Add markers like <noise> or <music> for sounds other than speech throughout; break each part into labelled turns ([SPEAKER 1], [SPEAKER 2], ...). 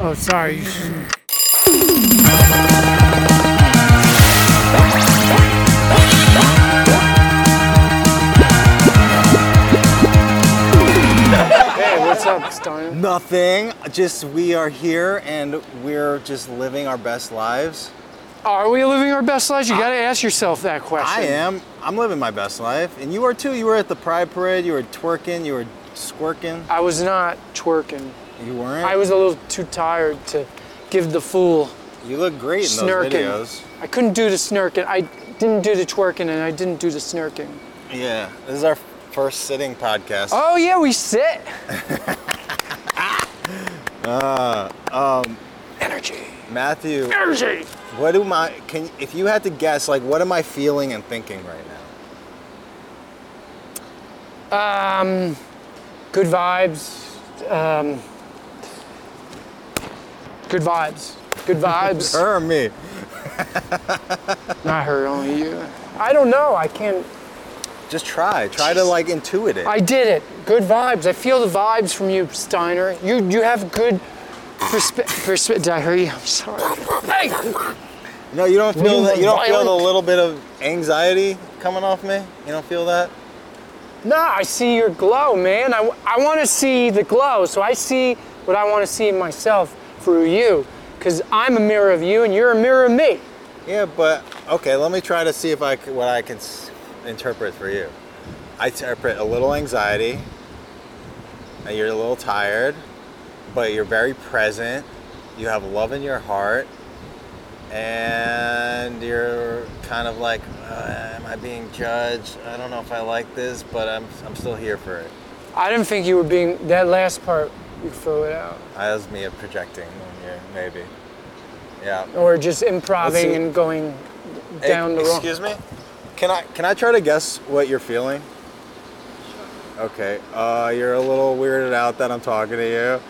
[SPEAKER 1] Oh, sorry. You shouldn't-
[SPEAKER 2] Hey, what's up, Stein?
[SPEAKER 3] Nothing. Just we are here and we're just living our best lives.
[SPEAKER 2] Are we living our best lives? You got to ask yourself that question.
[SPEAKER 3] I am. I'm living my best life, and you are too. You were at the Pride Parade. You were twerking. You were squirking.
[SPEAKER 2] I was not twerking.
[SPEAKER 3] You weren't.
[SPEAKER 2] I was a little too tired to give the fool
[SPEAKER 3] You look great in
[SPEAKER 2] snirking.
[SPEAKER 3] those videos.
[SPEAKER 2] I couldn't do the snirking. I didn't do the twerking and I didn't do the snirking.
[SPEAKER 3] Yeah. This is our first sitting podcast.
[SPEAKER 2] Oh yeah, we sit. Energy.
[SPEAKER 3] Matthew,
[SPEAKER 2] Energy.
[SPEAKER 3] what am I? Can if you had to guess, like, what am I feeling and thinking right now?
[SPEAKER 2] Good vibes. Um, good vibes. Good
[SPEAKER 3] <laughs>
[SPEAKER 2] vibes.
[SPEAKER 3] Her or me?
[SPEAKER 2] Not her, only you. I don't know. I can't.
[SPEAKER 3] Just try. Try to like intuit it.
[SPEAKER 2] I did it. Good vibes. I feel the vibes from you, Steiner. You you have good perspe- perspe- Did I hear you? I'm sorry. Hey.
[SPEAKER 3] no, you don't feel
[SPEAKER 2] Mean
[SPEAKER 3] that. You don't feel the
[SPEAKER 2] violent-
[SPEAKER 3] little bit of anxiety coming off me. You don't feel that?
[SPEAKER 2] Nah, I see your glow, man. I, I want to see the glow, so I see what I want to see in myself through you. Because I'm a mirror of you and you're a mirror of me.
[SPEAKER 3] Yeah, but okay, let me try to see if I c- what I can s- interpret for you. I interpret a little anxiety, and you're a little tired, but you're very present. You have love in your heart, and you're kind of like, uh, am I being judged? I don't know if I like this, but I'm I'm still here for it.
[SPEAKER 2] I didn't think you were being. That last part, you threw it out.
[SPEAKER 3] That was me projecting on you, maybe. Yeah.
[SPEAKER 2] Or just improving
[SPEAKER 3] see.
[SPEAKER 2] and going
[SPEAKER 3] Hey,
[SPEAKER 2] down the wrong.
[SPEAKER 3] Excuse me. Can I can I try to guess what you're feeling? Okay. Uh, you're a little weirded out that I'm talking to you,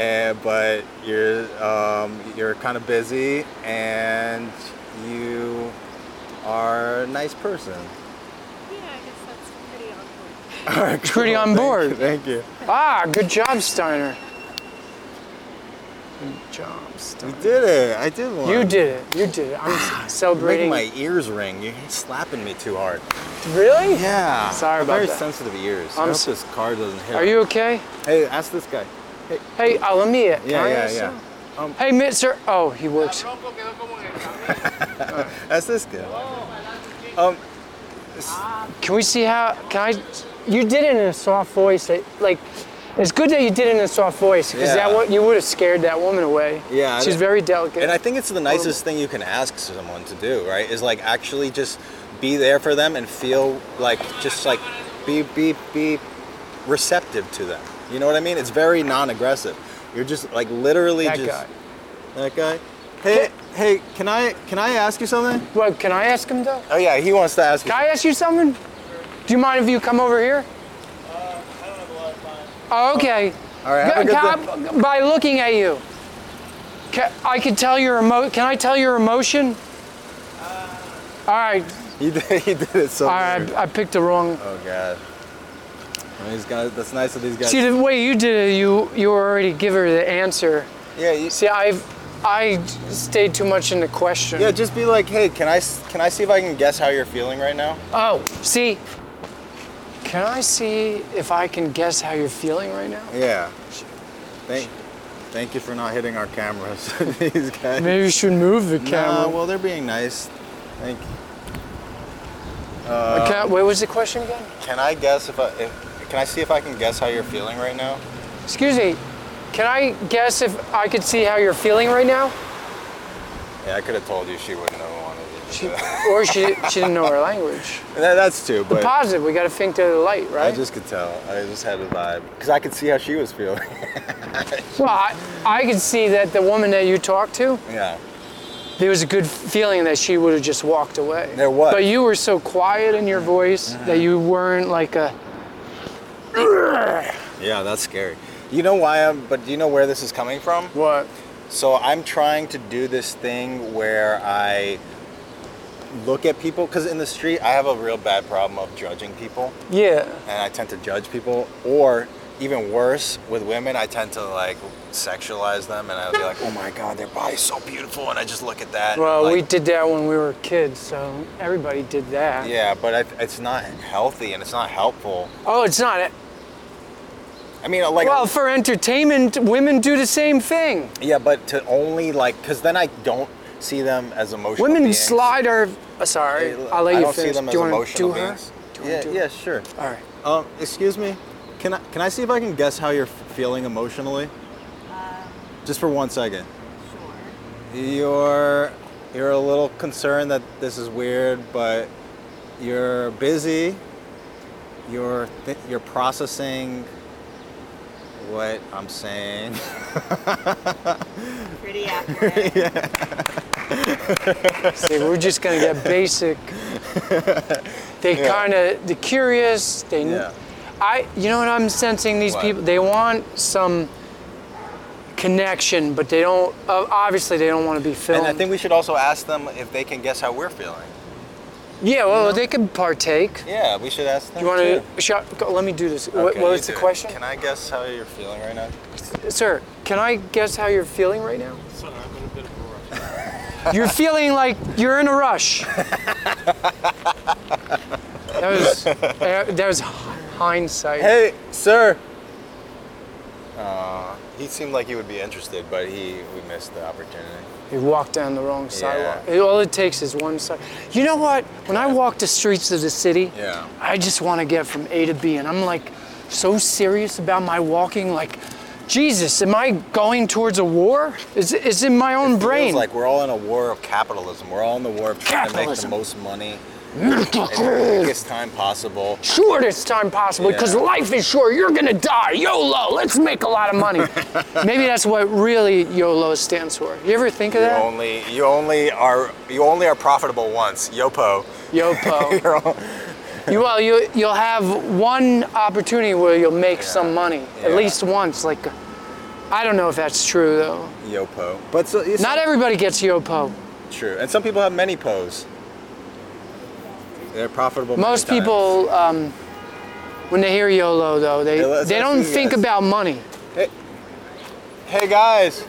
[SPEAKER 3] and but you're um, you're kind of busy, and you are a nice person.
[SPEAKER 4] Yeah, I guess that's pretty awkward.
[SPEAKER 2] Pretty on
[SPEAKER 3] Thank-
[SPEAKER 2] board.
[SPEAKER 3] Thank you.
[SPEAKER 2] Ah, good job, Steiner. Good job,
[SPEAKER 3] You
[SPEAKER 2] Steiner.
[SPEAKER 3] did it. I did one.
[SPEAKER 2] You did it. You did it. I'm
[SPEAKER 3] Making
[SPEAKER 2] celebrating.
[SPEAKER 3] my ears ring. You're slapping me too hard.
[SPEAKER 2] Really?
[SPEAKER 3] Yeah.
[SPEAKER 2] Sorry
[SPEAKER 3] I'm
[SPEAKER 2] about
[SPEAKER 3] very
[SPEAKER 2] that.
[SPEAKER 3] sensitive ears.
[SPEAKER 2] I'm
[SPEAKER 3] I hope
[SPEAKER 2] s-
[SPEAKER 3] this car doesn't hit.
[SPEAKER 2] Are you okay?
[SPEAKER 3] Hey, ask this guy.
[SPEAKER 2] Hey, uh, let me. Can
[SPEAKER 3] Yeah,
[SPEAKER 2] I
[SPEAKER 3] yeah,
[SPEAKER 2] ask
[SPEAKER 3] yeah.
[SPEAKER 2] you? Hey, Mitzer. Oh, he works.
[SPEAKER 3] Ask this guy.
[SPEAKER 2] Can we see how? Can I? You did it in a soft voice. That, like, it's good that you did it in a soft voice because that
[SPEAKER 3] Yeah.
[SPEAKER 2] that you would have scared that woman away.
[SPEAKER 3] Yeah, I
[SPEAKER 2] she's
[SPEAKER 3] did-
[SPEAKER 2] very delicate.
[SPEAKER 3] And I think it's the nicest thing you can ask someone to do, right? Is like actually just be there for them and feel like just like be be be receptive to them. You know what I mean? It's very non-aggressive. You're just like literally
[SPEAKER 2] that
[SPEAKER 3] just
[SPEAKER 2] guy.
[SPEAKER 3] that guy. Hey, hey, can I can I ask you something?
[SPEAKER 2] Well, can I ask him though?
[SPEAKER 3] Oh yeah, he wants to ask you.
[SPEAKER 2] Can I ask you something? Do you mind if you come over here? Uh, I don't have a lot of time. Oh, okay.
[SPEAKER 3] All right, have a good
[SPEAKER 2] Can
[SPEAKER 3] day. <laughs>
[SPEAKER 2] I- by looking at you, can, I can tell your emo. Can I tell your emotion? All right,
[SPEAKER 3] He did, he did it so.
[SPEAKER 2] all right.
[SPEAKER 3] weird.
[SPEAKER 2] I, I picked the wrong.
[SPEAKER 3] Oh god. Well, These guys. That's nice of these guys.
[SPEAKER 2] See the way you did it, you you already give her the answer.
[SPEAKER 3] yeah. You,
[SPEAKER 2] See, I've I stayed too much in the question.
[SPEAKER 3] yeah. Just be like, hey, can I s- can I see if I can guess how you're feeling right now?
[SPEAKER 2] Oh, see. Can I see if I can guess how you're feeling right now?
[SPEAKER 3] Yeah. Thank, thank you for not hitting our cameras. <laughs> These guys.
[SPEAKER 2] Maybe you should move the
[SPEAKER 3] Nah,
[SPEAKER 2] camera.
[SPEAKER 3] well, they're being nice. Thank.
[SPEAKER 2] I can't- wait, what was the question again?
[SPEAKER 3] Can I guess if I if, can I see if I can guess how you're feeling right now?
[SPEAKER 2] Excuse me. Can I guess if I could see how you're feeling right
[SPEAKER 3] <laughs>
[SPEAKER 2] now?
[SPEAKER 3] Yeah, I could have told you she wouldn't have wanted to
[SPEAKER 2] She,
[SPEAKER 3] do that.
[SPEAKER 2] or she, she didn't know our language.
[SPEAKER 3] That- That's too, but
[SPEAKER 2] Positive, we gotta think to the light,
[SPEAKER 3] I
[SPEAKER 2] right?
[SPEAKER 3] just could tell. I just had a vibe because I could see how she was feeling. <laughs>
[SPEAKER 2] well, I, I could see that the woman that you talked to,
[SPEAKER 3] yeah.
[SPEAKER 2] there was a good feeling that she would have just walked away.
[SPEAKER 3] There was.
[SPEAKER 2] But you were so quiet in your voice
[SPEAKER 3] Mm-hmm.
[SPEAKER 2] that you weren't like a.
[SPEAKER 3] Yeah, that's scary. You know why I'm, but do you know where this is coming from?
[SPEAKER 2] What?
[SPEAKER 3] So I'm trying to do this thing where I look at people because in the street I have a real bad problem of judging people
[SPEAKER 2] Yeah.
[SPEAKER 3] and I tend to judge people or even worse with women, I tend to like sexualize them, and I'll be like, oh my god, their body's so beautiful, and I just look at that.
[SPEAKER 2] Well,
[SPEAKER 3] like,
[SPEAKER 2] we did that when we were kids, so everybody did that.
[SPEAKER 3] Yeah, but I, it's not healthy and it's not helpful.
[SPEAKER 2] Oh, it's not.
[SPEAKER 3] I mean, uh, like,
[SPEAKER 2] Well, for entertainment, women do the same thing.
[SPEAKER 3] yeah, but to only like, because then I don't see them as emotional.
[SPEAKER 2] Women
[SPEAKER 3] beings.
[SPEAKER 2] slide are. uh, Sorry, I'll let
[SPEAKER 3] I
[SPEAKER 2] you
[SPEAKER 3] don't
[SPEAKER 2] finish.
[SPEAKER 3] see them
[SPEAKER 2] do you
[SPEAKER 3] as
[SPEAKER 2] wanna do
[SPEAKER 3] emotional
[SPEAKER 2] her?
[SPEAKER 3] beings.
[SPEAKER 2] Do you wanna
[SPEAKER 3] Yeah,
[SPEAKER 2] do her?
[SPEAKER 3] yeah, sure.
[SPEAKER 2] All right.
[SPEAKER 3] Um, excuse me. Can I can I see if I can guess how you're f- feeling emotionally? Just for one second. You're you're a little concerned that this is weird, but you're busy. You're th- you're processing what I'm saying. <laughs>
[SPEAKER 4] Pretty <laughs> accurate.
[SPEAKER 2] See, we're just gonna
[SPEAKER 3] <laughs>
[SPEAKER 2] get basic. They kind of they're curious. They,
[SPEAKER 3] Yeah.
[SPEAKER 2] I, you know what I'm sensing? These
[SPEAKER 3] What?
[SPEAKER 2] people, they want some connection, but they don't. Uh, obviously, they don't want to be filmed.
[SPEAKER 3] And I think we should also ask them if they can guess how we're feeling.
[SPEAKER 2] yeah, well, they could partake.
[SPEAKER 3] Yeah, we should ask them.
[SPEAKER 2] You want
[SPEAKER 3] too.
[SPEAKER 2] to? Sh- go- let me do this. Wha-
[SPEAKER 3] Okay,
[SPEAKER 2] what
[SPEAKER 3] you
[SPEAKER 2] was the
[SPEAKER 3] do it.
[SPEAKER 2] question,
[SPEAKER 3] Can I guess how you're feeling right now?
[SPEAKER 2] sir? Can I guess how you're feeling right now?
[SPEAKER 5] Sorry, I'm in a bit of a rush.
[SPEAKER 2] You're feeling like you're in a rush. that was that was hindsight.
[SPEAKER 3] Hey, sir. Uh, he seemed like he would be interested, but he we missed the opportunity.
[SPEAKER 2] You walk down the wrong sidewalk.
[SPEAKER 3] Yeah.
[SPEAKER 2] It- all it takes is one side. You know what? When I walk the streets of the city,
[SPEAKER 3] Yeah.
[SPEAKER 2] I just want to get from A to B, and I'm like so serious about my walking. Like, Jesus, am I going towards a war? It's, it's in my own brain.
[SPEAKER 3] Feels like we're all in a war of capitalism. We're all in the war of trying to make the
[SPEAKER 2] Capitalism.
[SPEAKER 3] most money in the
[SPEAKER 2] Shortest
[SPEAKER 3] quickest time possible.
[SPEAKER 2] time possible because
[SPEAKER 3] Yeah.
[SPEAKER 2] life is short. You're gonna die. YOLO. Let's make a lot of
[SPEAKER 3] <laughs>
[SPEAKER 2] money. Maybe that's what really YOLO stands for. You ever think of
[SPEAKER 3] You
[SPEAKER 2] that?
[SPEAKER 3] only you only are you only are profitable once. Yopo. <laughs>
[SPEAKER 2] YOPO. You, well, you you'll have one opportunity where you'll make some money at
[SPEAKER 3] yeah.
[SPEAKER 2] least once. Like, I don't know if that's true though.
[SPEAKER 3] Yopo. But so, it's
[SPEAKER 2] Not everybody gets Yopo.
[SPEAKER 3] true. And some people have many pos. They're profitable. many
[SPEAKER 2] Most
[SPEAKER 3] times.
[SPEAKER 2] people, um, when they hear YOLO though, they
[SPEAKER 3] Yeah, let's
[SPEAKER 2] they don't
[SPEAKER 3] ask you
[SPEAKER 2] think
[SPEAKER 3] guys.
[SPEAKER 2] about money.
[SPEAKER 3] Hey guys,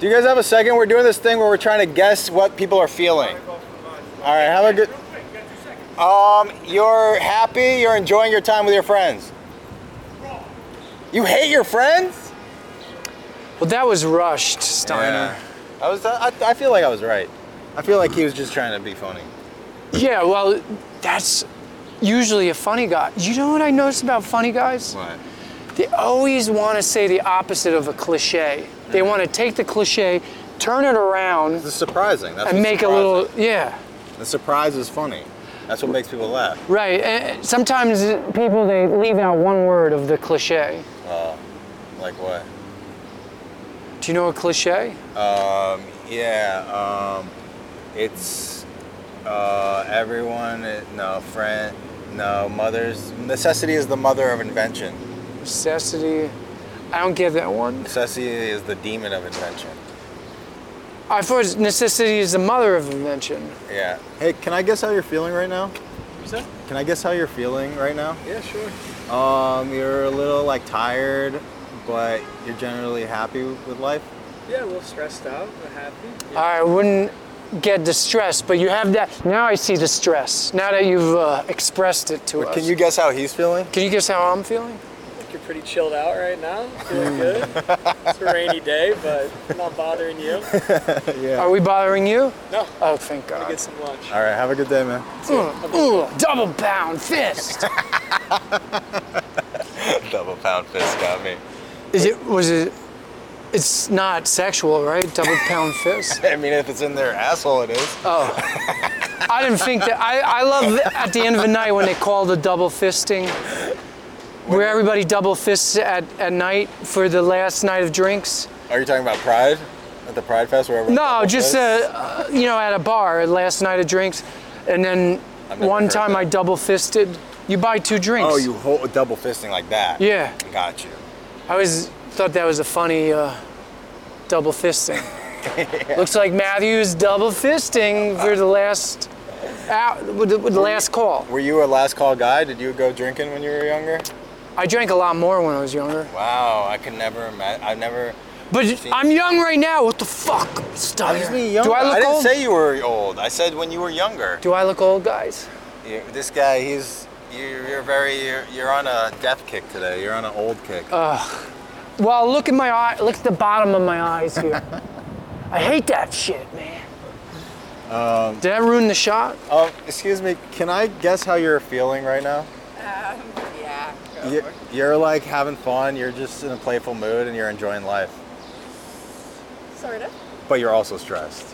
[SPEAKER 3] do you guys have a second? We're doing this thing where we're trying to guess what people are feeling. All right, have a good. Um, you're happy. You're enjoying your time with your friends. You hate your friends?
[SPEAKER 2] Well, that was rushed, Steiner.
[SPEAKER 3] I was. I, I feel like I was right. I feel like he was just trying to be funny.
[SPEAKER 2] Yeah. well, that's usually a funny guy. You know what I noticed about funny guys?
[SPEAKER 3] What?
[SPEAKER 2] They always want to say the opposite of a cliche. They want to take the cliche, turn it around,
[SPEAKER 3] It's surprising. That's
[SPEAKER 2] and
[SPEAKER 3] what's
[SPEAKER 2] make a little yeah.
[SPEAKER 3] surprising. The surprise is funny. That's what makes people laugh.
[SPEAKER 2] Right. And sometimes people they leave out one word of the cliche.
[SPEAKER 3] Like what?
[SPEAKER 2] Do you know a cliche?
[SPEAKER 3] Um, yeah, um, it's uh, everyone, no, friend, no, mother's. Necessity is the mother of invention.
[SPEAKER 2] Necessity. I don't get that one.
[SPEAKER 3] Necessity is the demon of invention.
[SPEAKER 2] I thought it's necessity is the mother of invention.
[SPEAKER 3] Yeah. Hey, can I guess how you're feeling right now?
[SPEAKER 5] Who's that?
[SPEAKER 3] Can I guess how you're feeling right now?
[SPEAKER 5] Yeah, sure.
[SPEAKER 3] Um, you're a little like tired, but you're generally happy with life.
[SPEAKER 5] Yeah, a little stressed out, but happy. Yeah.
[SPEAKER 2] I wouldn't get the stress, but you have that. Now I see the stress. Now that you've uh, expressed it to us.
[SPEAKER 3] Can you guess how he's feeling?
[SPEAKER 2] Can you guess how I'm feeling?
[SPEAKER 5] I think you're pretty chilled out right now. Feeling good. it's a rainy day, but I'm not bothering you.
[SPEAKER 2] Are we bothering you?
[SPEAKER 5] No.
[SPEAKER 2] Oh, thank
[SPEAKER 5] I
[SPEAKER 2] God.
[SPEAKER 5] get some lunch.
[SPEAKER 3] All right, have a good day, man.
[SPEAKER 2] Ooh, double pound fist.
[SPEAKER 3] <laughs> Double pound fist got me.
[SPEAKER 2] Is it? Was it? It's not sexual, right? Double pound fist.
[SPEAKER 3] I mean, if it's in their asshole, it is.
[SPEAKER 2] I didn't think that. I, I love th- at the end of the night when they call the double fisting, where everybody double fists at, at night for the last night of drinks.
[SPEAKER 3] Are you talking about Pride? At the Pride Fest, wherever.
[SPEAKER 2] No, just uh, uh, you know at a bar, last night of drinks, and then
[SPEAKER 3] never
[SPEAKER 2] one
[SPEAKER 3] heard
[SPEAKER 2] time
[SPEAKER 3] that.
[SPEAKER 2] I double fisted. You buy two drinks.
[SPEAKER 3] Oh, you hold, double fisting like that.
[SPEAKER 2] Yeah,
[SPEAKER 3] Got you.
[SPEAKER 2] I always thought that was a funny uh, double fisting.
[SPEAKER 3] <laughs>
[SPEAKER 2] Looks like Matthew's double fisting for the last out with the, with the last call.
[SPEAKER 3] Were you a last call guy? Did you go drinking when you were younger?
[SPEAKER 2] I drank a lot more when I was younger.
[SPEAKER 3] Wow, I could never imagine. I've never.
[SPEAKER 2] But I'm young right now. What the fuck? Stop.
[SPEAKER 6] just being young.
[SPEAKER 2] Do I
[SPEAKER 3] I
[SPEAKER 2] look
[SPEAKER 3] didn't
[SPEAKER 2] old?
[SPEAKER 3] say you were old. I said when you were younger.
[SPEAKER 2] Do I look old, guys?
[SPEAKER 3] You- This guy, he's you're, you're very you're, you're on a death kick today. You're on an old kick.
[SPEAKER 2] Uh. Well, look at my eye. Look at the bottom of my eyes
[SPEAKER 3] <laughs>
[SPEAKER 2] here. I hate that shit, man. Did I ruin the shot?
[SPEAKER 6] Um, excuse me, can I guess how you're feeling right now?
[SPEAKER 4] Yeah.
[SPEAKER 6] You, you're like having fun. You're just in a playful mood and you're enjoying life,
[SPEAKER 4] Sort of.
[SPEAKER 6] but you're also
[SPEAKER 3] <laughs>
[SPEAKER 6] stressed.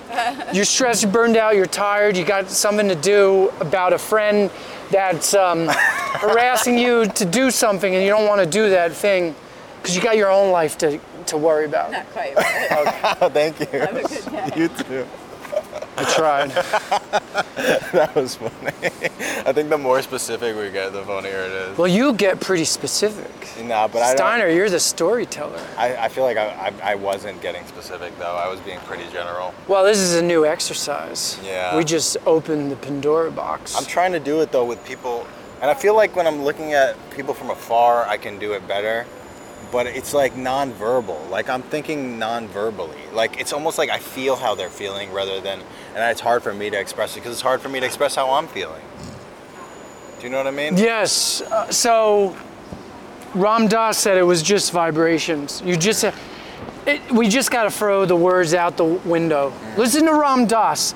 [SPEAKER 2] You're stressed, you're burned out, you're tired, you got something to do about a friend that's
[SPEAKER 3] <laughs>
[SPEAKER 2] um, harassing you to do something and you don't want to do that thing because you got your own life to, to worry about.
[SPEAKER 4] Not quite.
[SPEAKER 3] Oh,
[SPEAKER 6] Thank you.
[SPEAKER 4] a
[SPEAKER 3] <laughs>
[SPEAKER 4] good day.
[SPEAKER 6] You too.
[SPEAKER 2] I tried.
[SPEAKER 6] That was funny.
[SPEAKER 3] <laughs> I think the more specific we get, the funnier it
[SPEAKER 2] <laughs>
[SPEAKER 3] is.
[SPEAKER 2] Well, you get pretty specific.
[SPEAKER 3] Nah, but I don't-
[SPEAKER 2] Steiner, you're the storyteller.
[SPEAKER 3] I, I feel like I, I, I wasn't getting specific though. I was being pretty general.
[SPEAKER 2] Well, this is a new exercise.
[SPEAKER 3] Yeah.
[SPEAKER 2] We just opened the Pandora box.
[SPEAKER 3] I'm trying to do it though with people, and I feel like when I'm looking at people from afar, I can do it better. But it's like nonverbal. Like I'm thinking nonverbally. Like it's almost like I feel how they're feeling rather than, and it's hard for me to express it because it's hard for me to express how I'm feeling. Do you know what I mean?
[SPEAKER 2] Yes. Uh, so Ram Dass said it was just vibrations. You just, uh, it, we just got to throw the words out the window. Listen to Ram Dass.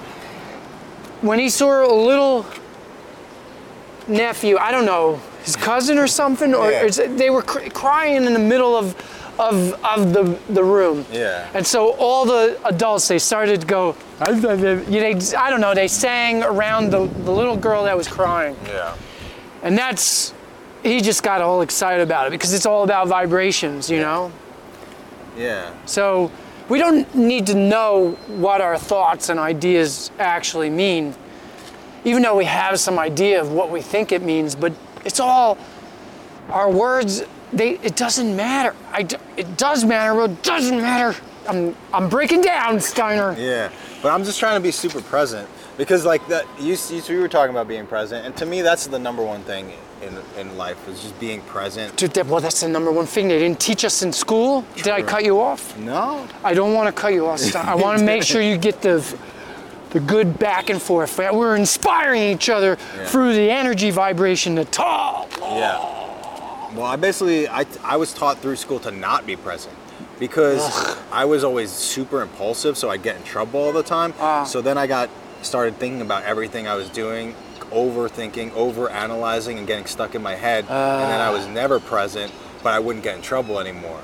[SPEAKER 2] When he saw a little nephew, I don't know, his cousin or something, or,
[SPEAKER 3] Yeah.
[SPEAKER 2] or is it- they were cr- crying in the middle of, of, of the, the room.
[SPEAKER 3] Yeah.
[SPEAKER 2] And so all the adults, they started to go, "Ah, ah, ah," you know, they, I don't know, they sang around the, the little girl that was crying.
[SPEAKER 3] Yeah.
[SPEAKER 2] And that's, he just got all excited about it because it's all about vibrations, you know?
[SPEAKER 3] Yeah.
[SPEAKER 2] So we don't need to know what our thoughts and ideas actually mean, even though we have some idea of what we think it means, but it's all our words, they, it doesn't matter. I, d- it does matter, but it doesn't matter. I'm, I'm breaking down, Steiner.
[SPEAKER 3] Yeah, but I'm just trying to be super present because like that you, you we were talking about being present, and to me that's the number one thing in in life is just being present.
[SPEAKER 2] Dude, that, well, that's the number one thing they didn't teach us in school. Did I cut you off?
[SPEAKER 3] No.
[SPEAKER 2] I don't want to cut you off. Stein. I want to make sure you get the the good back and forth. That we're inspiring each other through the energy vibration. The tall.
[SPEAKER 3] Yeah. Well, I basically I I was taught through school to not be present because I was always super impulsive, so I'd get in trouble all the time. So then I got started thinking about everything I was doing, overthinking, overanalyzing, and getting stuck in my head, and then I was never present, but I wouldn't get in trouble anymore.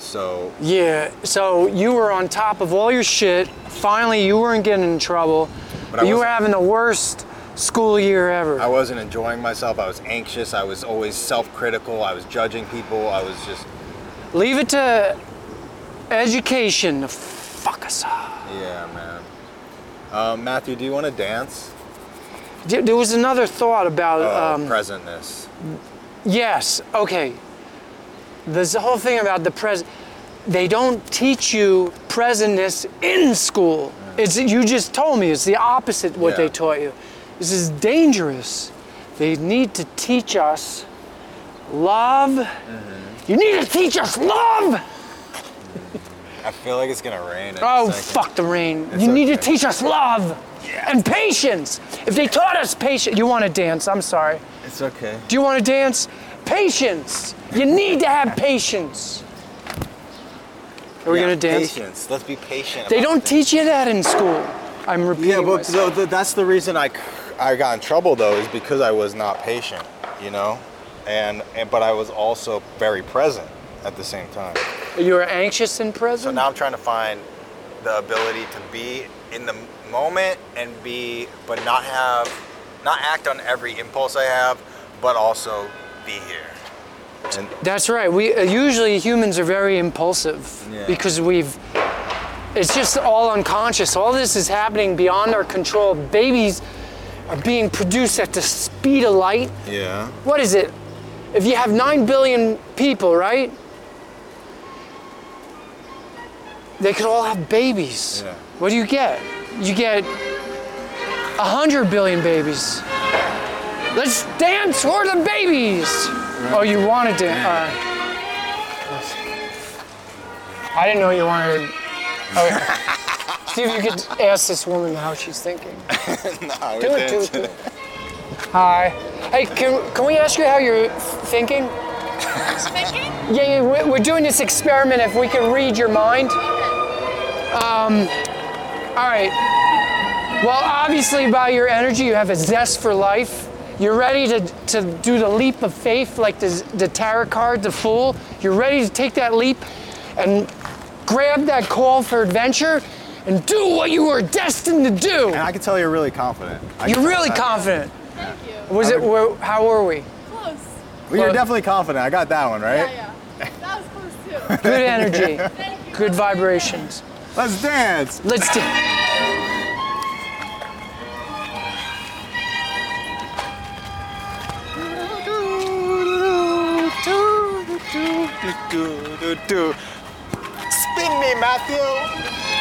[SPEAKER 3] So
[SPEAKER 2] Yeah. So you were on top of all your shit. Finally, you weren't getting in trouble.
[SPEAKER 3] But I
[SPEAKER 2] you were
[SPEAKER 3] wasn't.
[SPEAKER 2] having the worst school year ever.
[SPEAKER 3] I wasn't enjoying myself. I was anxious. I was always self-critical. I was judging people. I was just
[SPEAKER 2] Leave it to education. to Fuck us up.
[SPEAKER 3] yeah, man. Um, Matthew, do you want to dance?
[SPEAKER 2] There there was another thought about.
[SPEAKER 3] Oh,
[SPEAKER 2] um,
[SPEAKER 3] presentness.
[SPEAKER 2] Yes. Okay. There's the whole thing about the present. They don't teach you presentness in school. It's you just told me it's the opposite what
[SPEAKER 3] Yeah.
[SPEAKER 2] they taught you. This is dangerous. They need to teach us love.
[SPEAKER 3] Mm-hmm.
[SPEAKER 2] You need to teach us love.
[SPEAKER 3] I feel like it's gonna rain. in a
[SPEAKER 2] Oh
[SPEAKER 3] second.
[SPEAKER 2] fuck the rain.
[SPEAKER 3] It's
[SPEAKER 2] you need to
[SPEAKER 3] okay.
[SPEAKER 2] teach us love and patience. If they taught us patience, you want to dance? I'm sorry.
[SPEAKER 3] It's okay.
[SPEAKER 2] Do you want to dance? Patience. You need to have patience. Are we
[SPEAKER 3] Yeah,
[SPEAKER 2] gonna dance?
[SPEAKER 3] Patience. Let's be patient.
[SPEAKER 2] They
[SPEAKER 3] about
[SPEAKER 2] don't
[SPEAKER 3] things.
[SPEAKER 2] teach you that in school. I'm repeating.
[SPEAKER 3] Yeah, but
[SPEAKER 2] myself.
[SPEAKER 3] so th- that's the reason I, c- I got in trouble though is because I was not patient, you know, and, and but I was also very present at the same time.
[SPEAKER 2] you were anxious in
[SPEAKER 3] So
[SPEAKER 2] prison.
[SPEAKER 3] now I'm trying to find the ability to be in the moment and be, but not have, not act on every impulse I have, but also be here. And
[SPEAKER 2] That's right. We uh, usually humans are very impulsive
[SPEAKER 3] Yeah.
[SPEAKER 2] because we've. It's just all unconscious. All this is happening beyond our control. Babies are being produced at the speed of light.
[SPEAKER 3] yeah,
[SPEAKER 2] what is it? If you have 9 billion people, right? They could all have babies.
[SPEAKER 3] Yeah.
[SPEAKER 2] What do you get? You get 100 billion babies. Let's dance for the babies. Oh, you wanted to. Uh, I didn't know you wanted. Oh, yeah. See if you could ask this woman how she's thinking.
[SPEAKER 7] no,
[SPEAKER 2] Do it, do it, do it. Hi. Hey, can, can we ask you how you're f- thinking?
[SPEAKER 4] Thinking?
[SPEAKER 2] Yeah, yeah, we're- we're doing this experiment. If we could read your mind. Um, All right. Well, obviously, by your energy, you have a zest for life. You're ready to, to do the leap of faith, like the, the tarot card, the fool. You're ready to take that leap and grab that call for adventure and do what you were destined to do.
[SPEAKER 3] And I can tell you're really confident. I can
[SPEAKER 2] You're
[SPEAKER 3] tell
[SPEAKER 2] really
[SPEAKER 3] that.
[SPEAKER 2] confident.
[SPEAKER 4] Thank you.
[SPEAKER 2] Was it? Were, how were we?
[SPEAKER 4] Close. Oh,
[SPEAKER 3] Well, you're
[SPEAKER 2] Look.
[SPEAKER 3] definitely confident. I got that one right.
[SPEAKER 4] Yeah, yeah. That was close too.
[SPEAKER 2] Good energy,
[SPEAKER 4] Thank you.
[SPEAKER 2] good vibrations.
[SPEAKER 3] Let's dance.
[SPEAKER 2] Let's do.
[SPEAKER 3] Spin me, Matthew.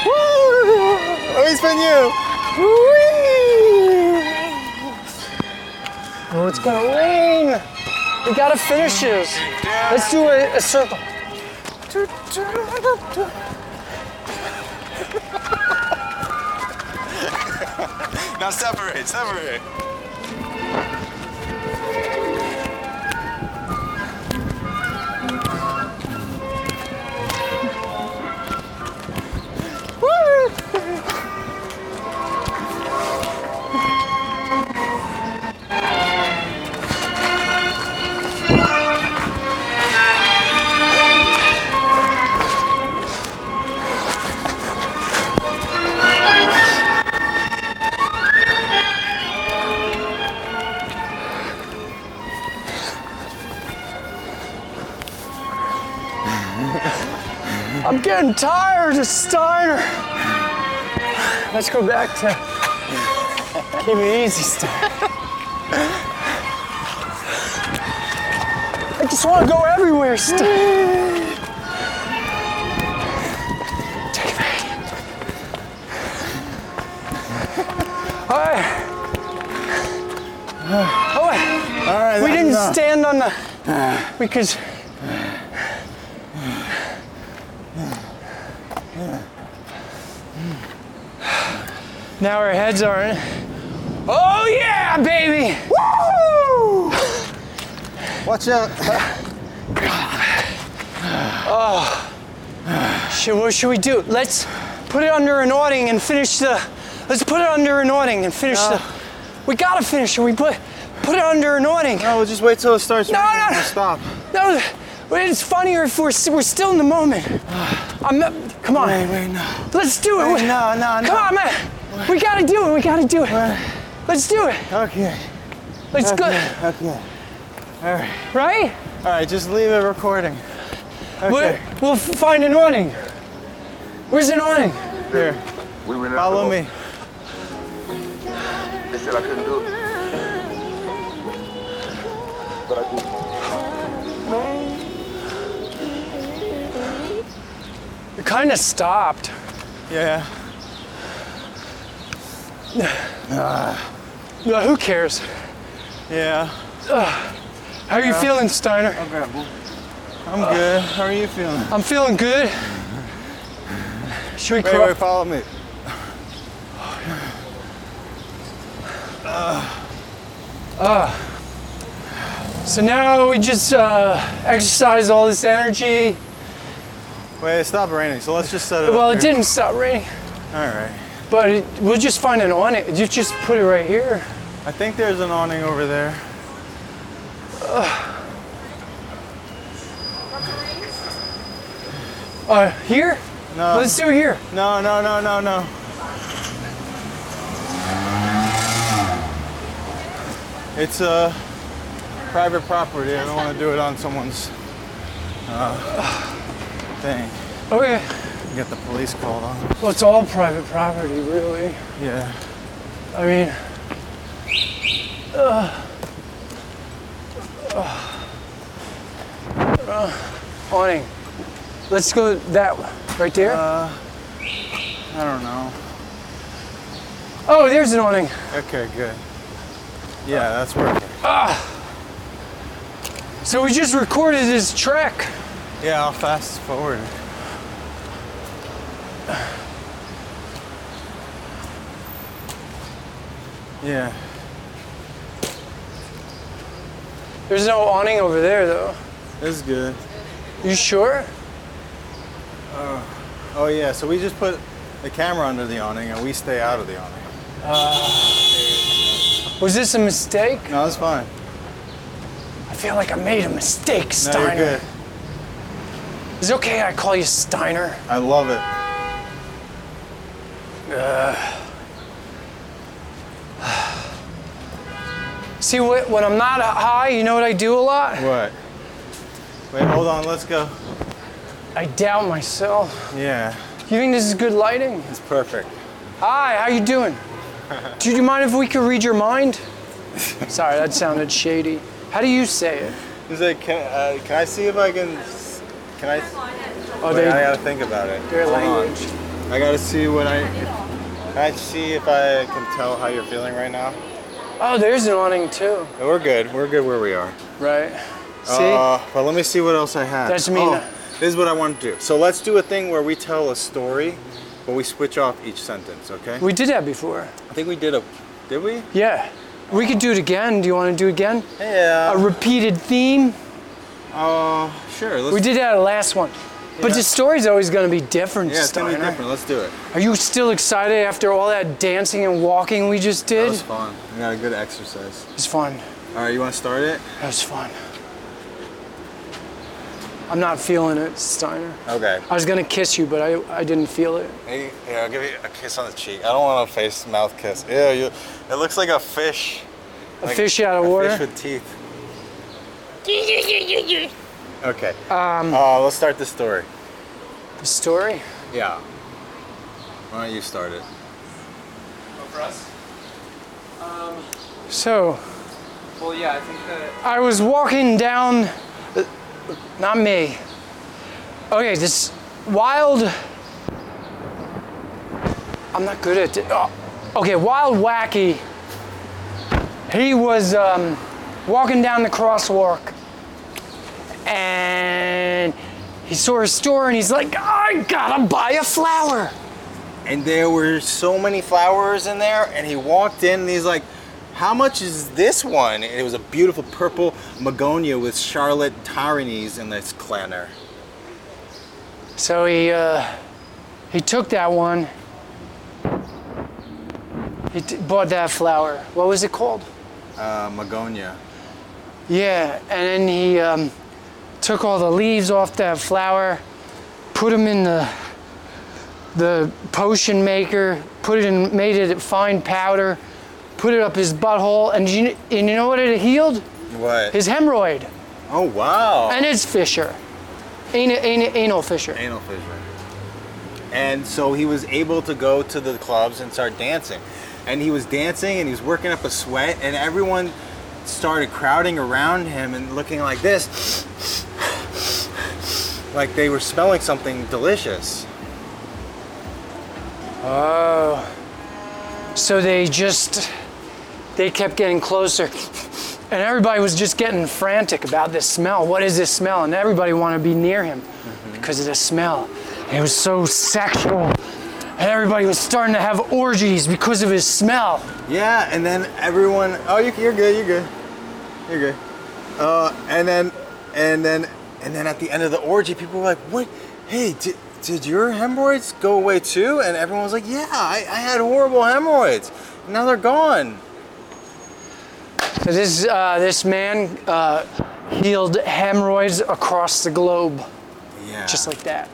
[SPEAKER 3] Woo! Let me spin you.
[SPEAKER 2] Oh, it's gonna rain. We gotta finish this. Let's do a, a circle.
[SPEAKER 3] Now separate, separate.
[SPEAKER 2] I'm getting tired of Steiner. Let's go back to keep it easy, Steiner. I just want to go everywhere, Steiner. Take it back. All right. Oh, wait.
[SPEAKER 3] All right.
[SPEAKER 2] we
[SPEAKER 3] that's
[SPEAKER 2] didn't
[SPEAKER 3] enough.
[SPEAKER 2] stand on the
[SPEAKER 3] Uh.
[SPEAKER 2] because. Now our heads are in. Oh yeah, baby! Woo!
[SPEAKER 3] Watch out.
[SPEAKER 2] Should, what should we do? Let's put it under an awning and finish the. Let's put it under an awning and finish the. We gotta finish it. We put put it under an awning.
[SPEAKER 3] No, we'll just wait till it starts.
[SPEAKER 2] No,
[SPEAKER 3] raining
[SPEAKER 2] no,
[SPEAKER 3] and
[SPEAKER 2] no.
[SPEAKER 3] we'll Stop.
[SPEAKER 2] No, but it's funnier if we're, we're still in the moment. I'm not, come on.
[SPEAKER 3] Wait, wait, no.
[SPEAKER 2] Let's do it.
[SPEAKER 3] Wait, no, no, no.
[SPEAKER 2] Come on, man. We gotta do it. We gotta do it. Let's do it.
[SPEAKER 3] Okay.
[SPEAKER 2] It's good,
[SPEAKER 3] Okay.
[SPEAKER 2] right?
[SPEAKER 3] All right, just leave it recording.
[SPEAKER 2] We're,
[SPEAKER 3] Okay.
[SPEAKER 2] we'll f- find an awning. Where's an awning?
[SPEAKER 3] Here, follow me.
[SPEAKER 8] They said I couldn't do it. But I did.
[SPEAKER 2] It kind of stopped.
[SPEAKER 3] Yeah.
[SPEAKER 2] Yeah, who cares?
[SPEAKER 3] Yeah.
[SPEAKER 2] How are you feeling, Steiner?
[SPEAKER 3] I'm good. How are you feeling?
[SPEAKER 2] I'm feeling good. Should we
[SPEAKER 3] Wait,
[SPEAKER 2] cro-
[SPEAKER 3] wait, follow me.
[SPEAKER 2] So now we just uh, exercise all this energy.
[SPEAKER 3] Wait, it stopped raining, so let's just set it up.
[SPEAKER 2] Well, it
[SPEAKER 3] here.
[SPEAKER 2] didn't stop raining.
[SPEAKER 3] All right.
[SPEAKER 2] But it, we'll just find an awning. You just put it right here.
[SPEAKER 3] I think there's an awning over there.
[SPEAKER 2] Uh, here?
[SPEAKER 3] No.
[SPEAKER 2] Let's do it here.
[SPEAKER 3] No, no, no, no, no. It's a private property. I don't want to do it on someone's uh, thing.
[SPEAKER 2] Okay.
[SPEAKER 3] Get the police called on.
[SPEAKER 2] Well, it's all private property, really.
[SPEAKER 3] Yeah.
[SPEAKER 2] I mean, uh, uh, awning. Let's go that way. right there.
[SPEAKER 3] I don't know.
[SPEAKER 2] oh, there's an awning.
[SPEAKER 3] Okay, good. Yeah, that's working.
[SPEAKER 2] So we just recorded his trek.
[SPEAKER 3] Yeah, I'll fast forward. Yeah.
[SPEAKER 2] There's no awning over there though.
[SPEAKER 3] It's good.
[SPEAKER 2] You sure?
[SPEAKER 3] Oh yeah, so we just put the camera under the awning and we stay out of the awning.
[SPEAKER 2] Was this a mistake?
[SPEAKER 3] No, it's fine.
[SPEAKER 2] I feel like I made a mistake,
[SPEAKER 3] No,
[SPEAKER 2] Steiner.
[SPEAKER 3] you're good.
[SPEAKER 2] Is it okay I call you Steiner?
[SPEAKER 3] I love it.
[SPEAKER 2] See, wh- when I'm not high, you know what I do a lot?
[SPEAKER 3] What? Wait, hold on, let's go.
[SPEAKER 2] I doubt myself.
[SPEAKER 3] Yeah,
[SPEAKER 2] You think this is good lighting?
[SPEAKER 3] it's perfect.
[SPEAKER 2] Hi, how you
[SPEAKER 3] <laughs>
[SPEAKER 2] doing? Do you mind if we could read your mind? Sorry, that sounded shady. How do you say it?
[SPEAKER 3] He's like, can, uh, can I see if I can? s- Can I? s-
[SPEAKER 2] Oh,
[SPEAKER 3] Wait, I
[SPEAKER 2] they,
[SPEAKER 3] gotta think about it.
[SPEAKER 2] their
[SPEAKER 3] Hold on.
[SPEAKER 2] language.
[SPEAKER 3] I gotta see what I. Can I see if I can tell how you're feeling right now?
[SPEAKER 2] Oh, there's an awning too.
[SPEAKER 3] No, We're good. We're good where we are.
[SPEAKER 2] Right. See?
[SPEAKER 3] Uh, but let me see what else I have.
[SPEAKER 2] That's me.
[SPEAKER 3] Oh, this is what I want to do. So let's do a thing where we tell a story, but we switch off each sentence. Okay?
[SPEAKER 2] we did that before.
[SPEAKER 3] I think we did a. Did we?
[SPEAKER 2] Yeah. We could do it again. Do you want to do it again?
[SPEAKER 3] Yeah.
[SPEAKER 2] A repeated theme?
[SPEAKER 3] Uh, sure. Let's,
[SPEAKER 2] We did that last one. But the story's always going to be different,
[SPEAKER 3] Yeah, it's gonna
[SPEAKER 2] Steiner.
[SPEAKER 3] be different. Let's do it.
[SPEAKER 2] Are you still excited after all that dancing and walking we just
[SPEAKER 3] That
[SPEAKER 2] did?
[SPEAKER 3] was fun. We got a good exercise.
[SPEAKER 2] It was fun.
[SPEAKER 3] All right, you want to start it?
[SPEAKER 2] That was fun. I'm not feeling it, Steiner.
[SPEAKER 3] Okay.
[SPEAKER 2] I was gonna kiss you, but I, I didn't feel it.
[SPEAKER 3] Hey, here, I'll give you a kiss on the cheek. I don't want a face mouth kiss. Ew, you, it looks like a fish.
[SPEAKER 2] A fish out of
[SPEAKER 3] a
[SPEAKER 2] water.
[SPEAKER 3] Fish with teeth. okay. Um. Uh, let's start the story.
[SPEAKER 2] The story.
[SPEAKER 3] Yeah. Why don't you start it?
[SPEAKER 5] for us?
[SPEAKER 2] So
[SPEAKER 5] Well, yeah, I think that
[SPEAKER 2] I was walking down, uh, not me. Okay, this wild. I'm not good at it. Oh, okay, wild wacky. He was um, walking down the crosswalk, and he saw a store, and he's like, "I gotta buy a flower."
[SPEAKER 3] And there were so many flowers in there, and he walked in and he's like, how much is this one? And it was a beautiful purple begonia with Charlotte Tyrannies in this clanner.
[SPEAKER 2] So he uh, he took that one. He t- bought that flower. What was it called?
[SPEAKER 3] Uh, Magonia.
[SPEAKER 2] Yeah, and then he um, took all the leaves off that flower, put them in the the potion maker, put it in, made it a fine powder, put it up his butthole, and you, kn- and you know what it healed?
[SPEAKER 3] What?
[SPEAKER 2] His hemorrhoid
[SPEAKER 3] oh, wow.
[SPEAKER 2] and his fissure, anal, anal, anal fissure.
[SPEAKER 3] anal fissure. And so he was able to go to the clubs and start dancing. And he was dancing and he was working up a sweat, and everyone started crowding around him and looking like this like they were smelling something delicious.
[SPEAKER 2] So they just they kept getting closer. And everybody was just getting frantic about this smell. What is this smell? And everybody wanted to be near him because of the smell. It was so sexual. And everybody was starting to have orgies because of his smell.
[SPEAKER 3] Yeah, and then everyone. Oh, you, you're good. You're good. You're good. Uh, and then, and then, and then at the end of the orgy, people were like, "What? Hey, did, did your hemorrhoids go away too?" And everyone was like, "Yeah, I, I had horrible hemorrhoids. Now they're gone."
[SPEAKER 2] So this uh, this man uh, healed hemorrhoids across the globe,
[SPEAKER 3] Yeah.
[SPEAKER 2] just like that.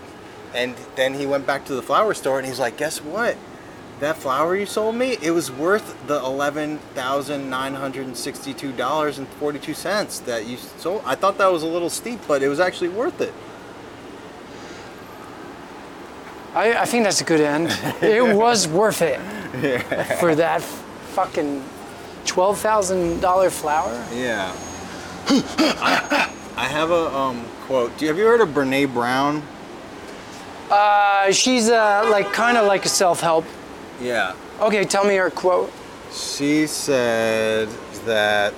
[SPEAKER 3] And then he went back to the flower store and he's like, "Guess what? That flower you sold me, it was worth the eleven thousand nine hundred and sixty-two dollars and forty-two cents that you sold. I thought that was a little steep, but it was actually worth it."
[SPEAKER 2] I, I think that's a good end. It was worth it for that fucking twelve thousand dollar flower.
[SPEAKER 3] Yeah. <coughs> I, I have a um, quote. Do you, have you heard of Brene Brown?
[SPEAKER 2] Uh, she's uh, like kind of like a self-help.
[SPEAKER 3] Yeah.
[SPEAKER 2] Okay, tell me her quote.
[SPEAKER 3] She said that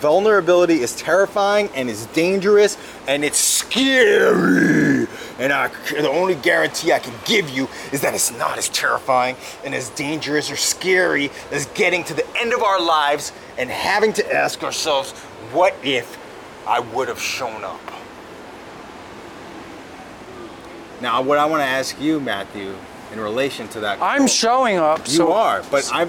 [SPEAKER 3] Vulnerability is terrifying and is dangerous and it's scary. And I, the only guarantee I can give you is that it's not as terrifying and as dangerous or scary as getting to the end of our lives and having to ask ourselves, what if I would have shown up? Now, what I want to ask you, Matthew, in relation to that,
[SPEAKER 2] I'm
[SPEAKER 3] quote-
[SPEAKER 2] showing up.
[SPEAKER 3] you
[SPEAKER 2] so
[SPEAKER 3] are, but I,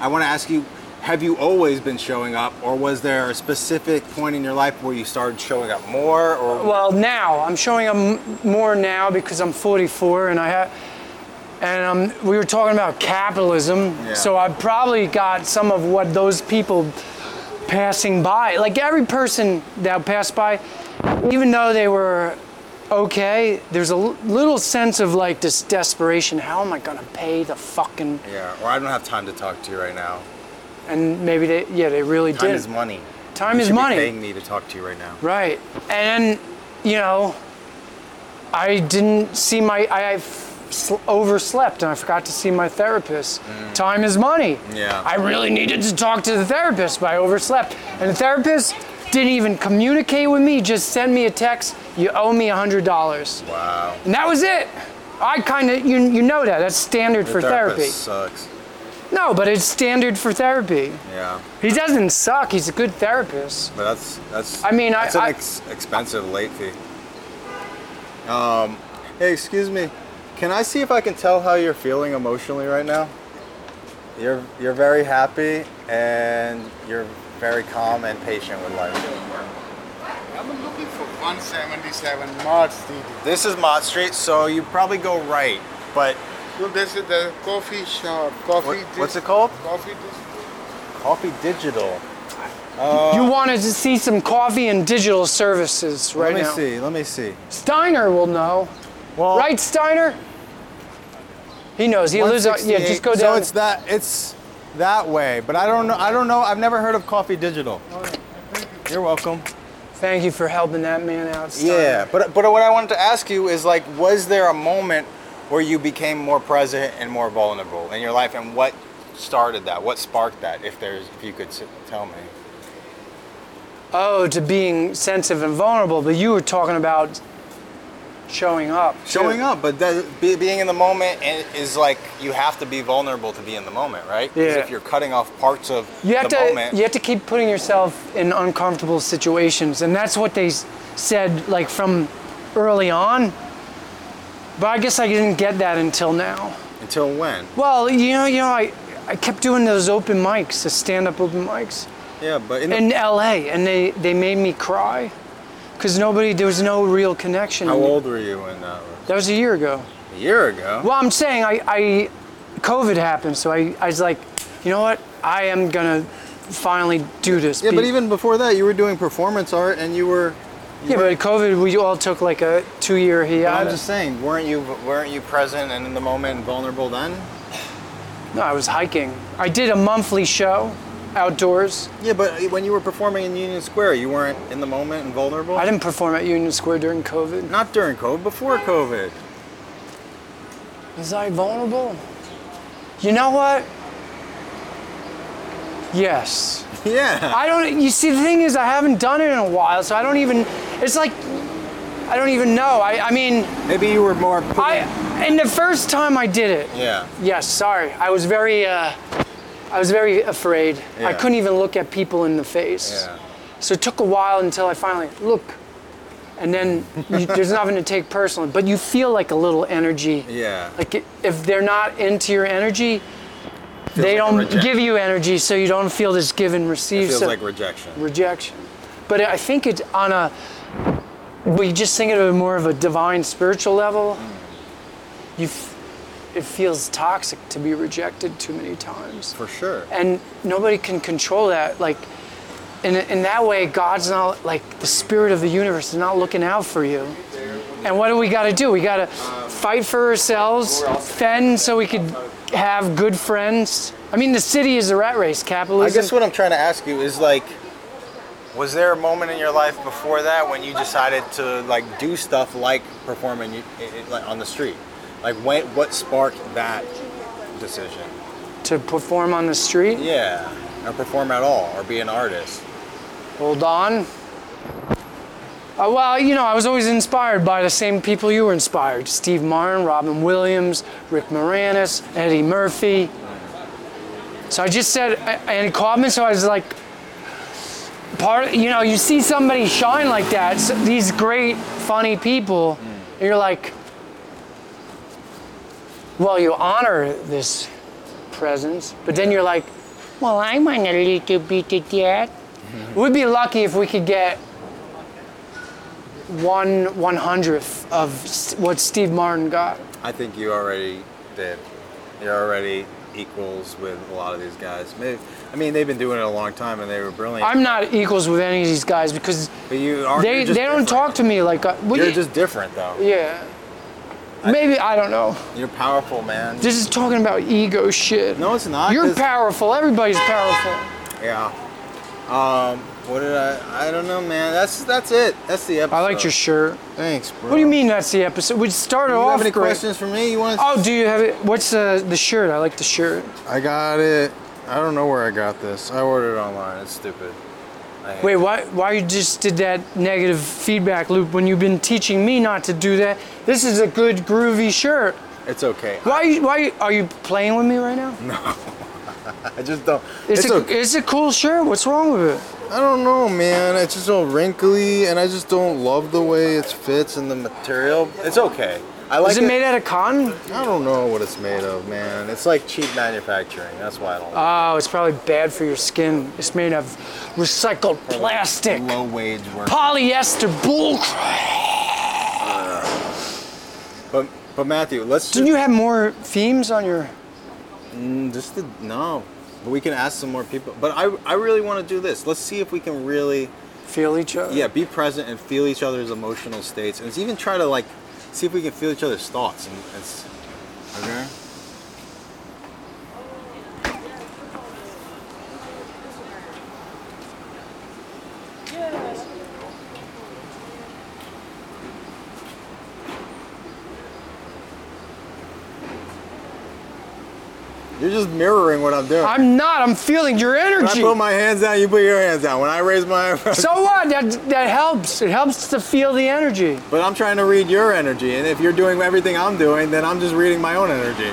[SPEAKER 3] I want to ask you: Have you always been showing up, or was there a specific point in your life where you started showing up more? Or
[SPEAKER 2] Well, now I'm showing up m- more now because I'm 44 and I have. And um, we were talking about capitalism,
[SPEAKER 3] Yeah.
[SPEAKER 2] so I probably got some of what those people passing by, like every person that passed by, even though they were okay, there's a l- little sense of like this desperation. How am I gonna pay the fucking?
[SPEAKER 3] yeah, or I don't have time to talk to you right now.
[SPEAKER 2] And maybe they, yeah, they really
[SPEAKER 3] Time
[SPEAKER 2] did.
[SPEAKER 3] is money.
[SPEAKER 2] Time
[SPEAKER 3] You
[SPEAKER 2] is
[SPEAKER 3] should be
[SPEAKER 2] money.
[SPEAKER 3] Paying me to talk to you right now.
[SPEAKER 2] Right. And, you know, I didn't see my, I I sl- overslept and I forgot to see my therapist. Time is money.
[SPEAKER 3] Mm. Yeah.
[SPEAKER 2] I really needed to talk to the therapist, but I overslept. And the therapist didn't even communicate with me, just sent me a text, you owe me $100.
[SPEAKER 3] Wow.
[SPEAKER 2] And that was it. I kind of, you, you know that, that's standard for
[SPEAKER 3] Your
[SPEAKER 2] therapy.
[SPEAKER 3] therapist sucks.
[SPEAKER 2] No, but it's standard for therapy.
[SPEAKER 3] Yeah,
[SPEAKER 2] He doesn't suck, he's a good therapist.
[SPEAKER 3] but that's that's.
[SPEAKER 2] I mean, I-
[SPEAKER 3] that's an
[SPEAKER 2] I-
[SPEAKER 3] ex- expensive late fee. Um, hey, excuse me. Can I see if I can tell how you're feeling emotionally right now? You're you're very happy and you're very calm and patient with life.
[SPEAKER 9] I'm looking for 177 Mott Street.
[SPEAKER 3] This is Mott Street, so you probably go right. But
[SPEAKER 9] So this is the coffee shop, coffee.
[SPEAKER 3] What-
[SPEAKER 9] dis-
[SPEAKER 3] what's it called?
[SPEAKER 9] Coffee. Dis-
[SPEAKER 3] Coffee Digital.
[SPEAKER 2] You wanted to see some coffee and digital services right
[SPEAKER 3] let me
[SPEAKER 2] now.
[SPEAKER 3] see. Let me see.
[SPEAKER 2] Steiner will know,
[SPEAKER 3] Well,
[SPEAKER 2] right, Steiner? He knows. He lives. out Yeah, just go
[SPEAKER 3] 168.
[SPEAKER 2] down.
[SPEAKER 3] So it's that it's that way, but I don't know. I don't know. I've never heard of Coffee Digital. You're welcome.
[SPEAKER 2] Thank you for helping that man out. Steiner.
[SPEAKER 3] Yeah, but but what I wanted to ask you is like, was there a moment where you became more present and more vulnerable in your life, and what started that? What sparked that? If there's, if you could s- tell me.
[SPEAKER 2] Oh, to being sensitive and vulnerable. But you were talking about showing up. too.
[SPEAKER 3] Showing up, but that, be, being in the moment i- is like you have to be vulnerable to be in the moment, right? 'Cause
[SPEAKER 2] Yeah.
[SPEAKER 3] If you're cutting off parts of
[SPEAKER 2] You have
[SPEAKER 3] the
[SPEAKER 2] to.
[SPEAKER 3] moment,
[SPEAKER 2] You have to keep putting yourself in uncomfortable situations, and that's what they s- said like from early on. But I guess I didn't get that until now.
[SPEAKER 3] until when?
[SPEAKER 2] Well, you know, you know, I, I kept doing those open mics, the stand-up open mics
[SPEAKER 3] Yeah, but in the
[SPEAKER 2] in LA, and they they made me cry, cause nobody, there was no real connection.
[SPEAKER 3] How old were you when that was?
[SPEAKER 2] That was a year ago.
[SPEAKER 3] A year ago?
[SPEAKER 2] Well, I'm saying I, I COVID happened, so I, I was like, you know what, I am gonna finally do this.
[SPEAKER 3] yeah, but
[SPEAKER 2] Be-
[SPEAKER 3] even before that, you were doing performance art and you were.
[SPEAKER 2] yeah, but COVID, we all took like a two-year
[SPEAKER 3] I'm
[SPEAKER 2] hiatus.
[SPEAKER 3] just saying, weren't you weren't you present and in the moment and vulnerable then?
[SPEAKER 2] no, I was hiking. I did a monthly show, outdoors.
[SPEAKER 3] Yeah, but when you were performing in Union Square, you weren't in the moment and vulnerable.
[SPEAKER 2] I didn't perform at Union Square during COVID.
[SPEAKER 3] Not during COVID, before COVID.
[SPEAKER 2] Was I vulnerable? You know what? Yes.
[SPEAKER 3] Yeah.
[SPEAKER 2] I don't, you see, the thing is, I haven't done it in a while, so I don't even, it's like, I don't even know. I, I mean,
[SPEAKER 3] Maybe you were more.
[SPEAKER 2] I, and the first time I did it,
[SPEAKER 3] yeah.
[SPEAKER 2] yes, sorry, I was very, uh, I was very afraid. I
[SPEAKER 3] Yeah.
[SPEAKER 2] couldn't even look at people in the face.
[SPEAKER 3] Yeah.
[SPEAKER 2] So it took a while until I finally, look. And then you, there's nothing to take personally, but you feel like a little energy.
[SPEAKER 3] Yeah.
[SPEAKER 2] Like i- if they're not into your energy, they
[SPEAKER 3] like a
[SPEAKER 2] don't
[SPEAKER 3] reject-
[SPEAKER 2] give you energy, so you don't feel this give and receive.
[SPEAKER 3] It feels
[SPEAKER 2] so-
[SPEAKER 3] like rejection.
[SPEAKER 2] rejection. But I think it's on a we just think of it more of a divine spiritual level.
[SPEAKER 3] Mm.
[SPEAKER 2] You, f- it feels toxic to be rejected too many times,
[SPEAKER 3] For sure.
[SPEAKER 2] and nobody can control that. Like, in in that way, God's not like the spirit of the universe is not looking out for you. And what do we got to do? We got to fight for ourselves, fend so we could have good friends. I mean, the city is a rat race.
[SPEAKER 3] I
[SPEAKER 2] Capitalism.
[SPEAKER 3] guess what I'm trying to ask you is like, was there a moment in your life before that when you decided to like do stuff like performing i- i- like on the street? Like when, what sparked that decision?
[SPEAKER 2] to perform on the street.
[SPEAKER 3] Yeah, or perform at all, or be an artist.
[SPEAKER 2] Hold on. Uh, well, you know, I was always inspired by the same people you were inspired Steve Martin, Robin Williams, Rick Moranis, Eddie Murphy. So I just said, and he called me, so I was like, part, you know, you see somebody shine like that, s these great, funny people, and you're like, well, you honor this presence, but then you're like, well, I'm on a little bit of that. We'd be lucky if we could get one one hundredth of s- what Steve Martin got.
[SPEAKER 3] I think you already did. You're already equals with a lot of these guys. Maybe, I mean, they've been doing it a long time and they were brilliant.
[SPEAKER 2] I'm not equals with any of these guys because
[SPEAKER 3] but you are.
[SPEAKER 2] they
[SPEAKER 3] you're
[SPEAKER 2] they
[SPEAKER 3] just
[SPEAKER 2] don't
[SPEAKER 3] different.
[SPEAKER 2] talk to me like I, well,
[SPEAKER 3] You're
[SPEAKER 2] yeah,
[SPEAKER 3] just different though.
[SPEAKER 2] yeah. Maybe I don't know.
[SPEAKER 3] You're powerful, man.
[SPEAKER 2] This is talking about ego shit.
[SPEAKER 3] No, it's not,
[SPEAKER 2] You're
[SPEAKER 3] 'cause-
[SPEAKER 2] powerful. Everybody's powerful.
[SPEAKER 3] yeah. Um. What did I? I don't know, man. That's that's it. That's the episode.
[SPEAKER 2] I liked your shirt.
[SPEAKER 3] Thanks, bro.
[SPEAKER 2] What do you mean that's the episode? We started
[SPEAKER 3] You
[SPEAKER 2] off
[SPEAKER 3] have any
[SPEAKER 2] great.
[SPEAKER 3] questions for me? You want?
[SPEAKER 2] Oh, do you have it? What's the the shirt? I like the shirt.
[SPEAKER 3] I got it. I don't know where I got this. I ordered it online. It's stupid. I hate
[SPEAKER 2] Wait,
[SPEAKER 3] it.
[SPEAKER 2] why why you just did that negative feedback loop when you've been teaching me not to do that? This is a good groovy shirt.
[SPEAKER 3] It's okay.
[SPEAKER 2] Why you- why are you playing with me right now?
[SPEAKER 3] I just don't.
[SPEAKER 2] It's,
[SPEAKER 3] It's,
[SPEAKER 2] a
[SPEAKER 3] okay.
[SPEAKER 2] it's a cool shirt. What's wrong with it?
[SPEAKER 3] I don't know, man. It's just all wrinkly, and I just don't love the way it fits and the material. It's okay. I like
[SPEAKER 2] Is it made out of cotton?
[SPEAKER 3] I don't know what it's made of, man. It's like cheap manufacturing. That's why I don't. like
[SPEAKER 2] Oh, it's probably bad for your skin. It's made of recycled plastic,
[SPEAKER 3] it. Low wage work.
[SPEAKER 2] polyester bullcrap.
[SPEAKER 3] But but Matthew, let's
[SPEAKER 2] Didn't you have more themes on your?
[SPEAKER 3] Mm, Just the, no. But we can ask some more people. But I I really want to do this. Let's see if we can really
[SPEAKER 2] Feel each other.
[SPEAKER 3] yeah be present and feel each other's emotional states, and even try to like see if we can feel each other's thoughts. And it's okay. You're just mirroring what I'm doing.
[SPEAKER 2] I'm not. I'm feeling your
[SPEAKER 3] When I
[SPEAKER 2] energy.
[SPEAKER 3] put my hands down, you put your hands down. When I raise my eyebrows,
[SPEAKER 2] so what? That that helps. It helps to feel the energy.
[SPEAKER 3] but I'm trying to read your energy, and if you're doing everything I'm doing, then I'm just reading my own energy.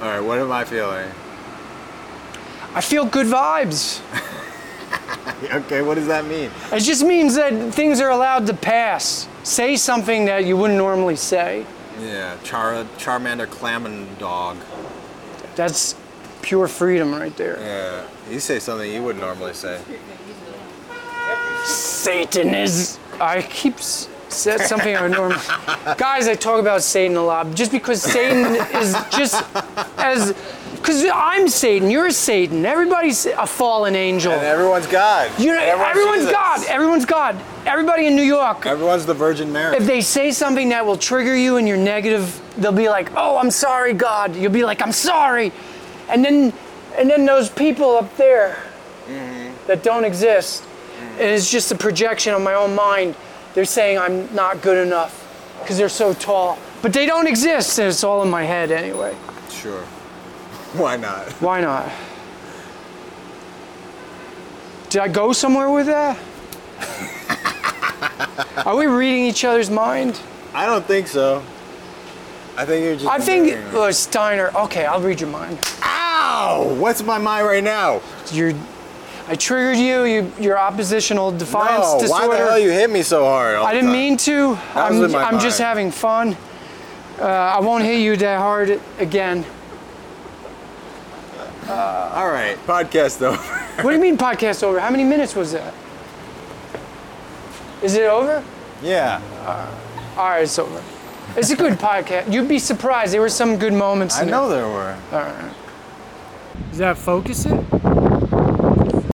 [SPEAKER 3] All right, what am I feeling?
[SPEAKER 2] I feel good vibes.
[SPEAKER 3] Okay, what does that mean?
[SPEAKER 2] It just means that things are allowed to pass. Say something that you wouldn't normally say.
[SPEAKER 3] Yeah, Char Charmander Clamon Dog.
[SPEAKER 2] That's pure freedom right there.
[SPEAKER 3] Yeah, Uh, you say something you wouldn't normally say.
[SPEAKER 2] Satan is. I keep s- said something I
[SPEAKER 3] <laughs>
[SPEAKER 2] normally. Guys, I talk about Satan a lot just because Satan is just as. Because I'm Satan, you're Satan, everybody's a fallen angel.
[SPEAKER 3] And everyone's God.
[SPEAKER 2] you know, everyone's
[SPEAKER 3] Jesus.
[SPEAKER 2] God, everyone's God. Everybody in New York,
[SPEAKER 3] Everyone's the Virgin Mary.
[SPEAKER 2] if they say something that will trigger you and you're negative, they'll be like, "Oh, I'm sorry, God." You'll be like, "I'm sorry," and then, and then those people up there that don't exist, and it's just a projection of my own mind. They're saying I'm not good enough because they're so tall, but they don't exist, and it's all in my head anyway.
[SPEAKER 3] Sure. <laughs> Why not?
[SPEAKER 2] Why not? Did I go somewhere with that? Are we reading each other's mind?
[SPEAKER 3] I don't think so. I think you're just.
[SPEAKER 2] I think
[SPEAKER 3] mirroring.
[SPEAKER 2] uh, Steiner. Okay, I'll read your mind.
[SPEAKER 3] Ow! What's in my mind right now?
[SPEAKER 2] You're, I triggered you. you your oppositional defiance
[SPEAKER 3] no,
[SPEAKER 2] disorder.
[SPEAKER 3] why the hell you hit me so hard? all
[SPEAKER 2] I
[SPEAKER 3] the
[SPEAKER 2] didn't
[SPEAKER 3] time?
[SPEAKER 2] mean to.
[SPEAKER 3] That was
[SPEAKER 2] I'm,
[SPEAKER 3] in my
[SPEAKER 2] I'm just
[SPEAKER 3] mind.
[SPEAKER 2] having fun. Uh, I won't hit you that hard again.
[SPEAKER 3] All right, podcast over.
[SPEAKER 2] What do you mean podcast over? How many minutes was that? Is it over?
[SPEAKER 3] <laughs> yeah.
[SPEAKER 2] All right, it's over. It's a good <laughs> podcast. You'd be surprised. There were some good moments.
[SPEAKER 3] I
[SPEAKER 2] in it.
[SPEAKER 3] know there were.
[SPEAKER 2] Does that focus it?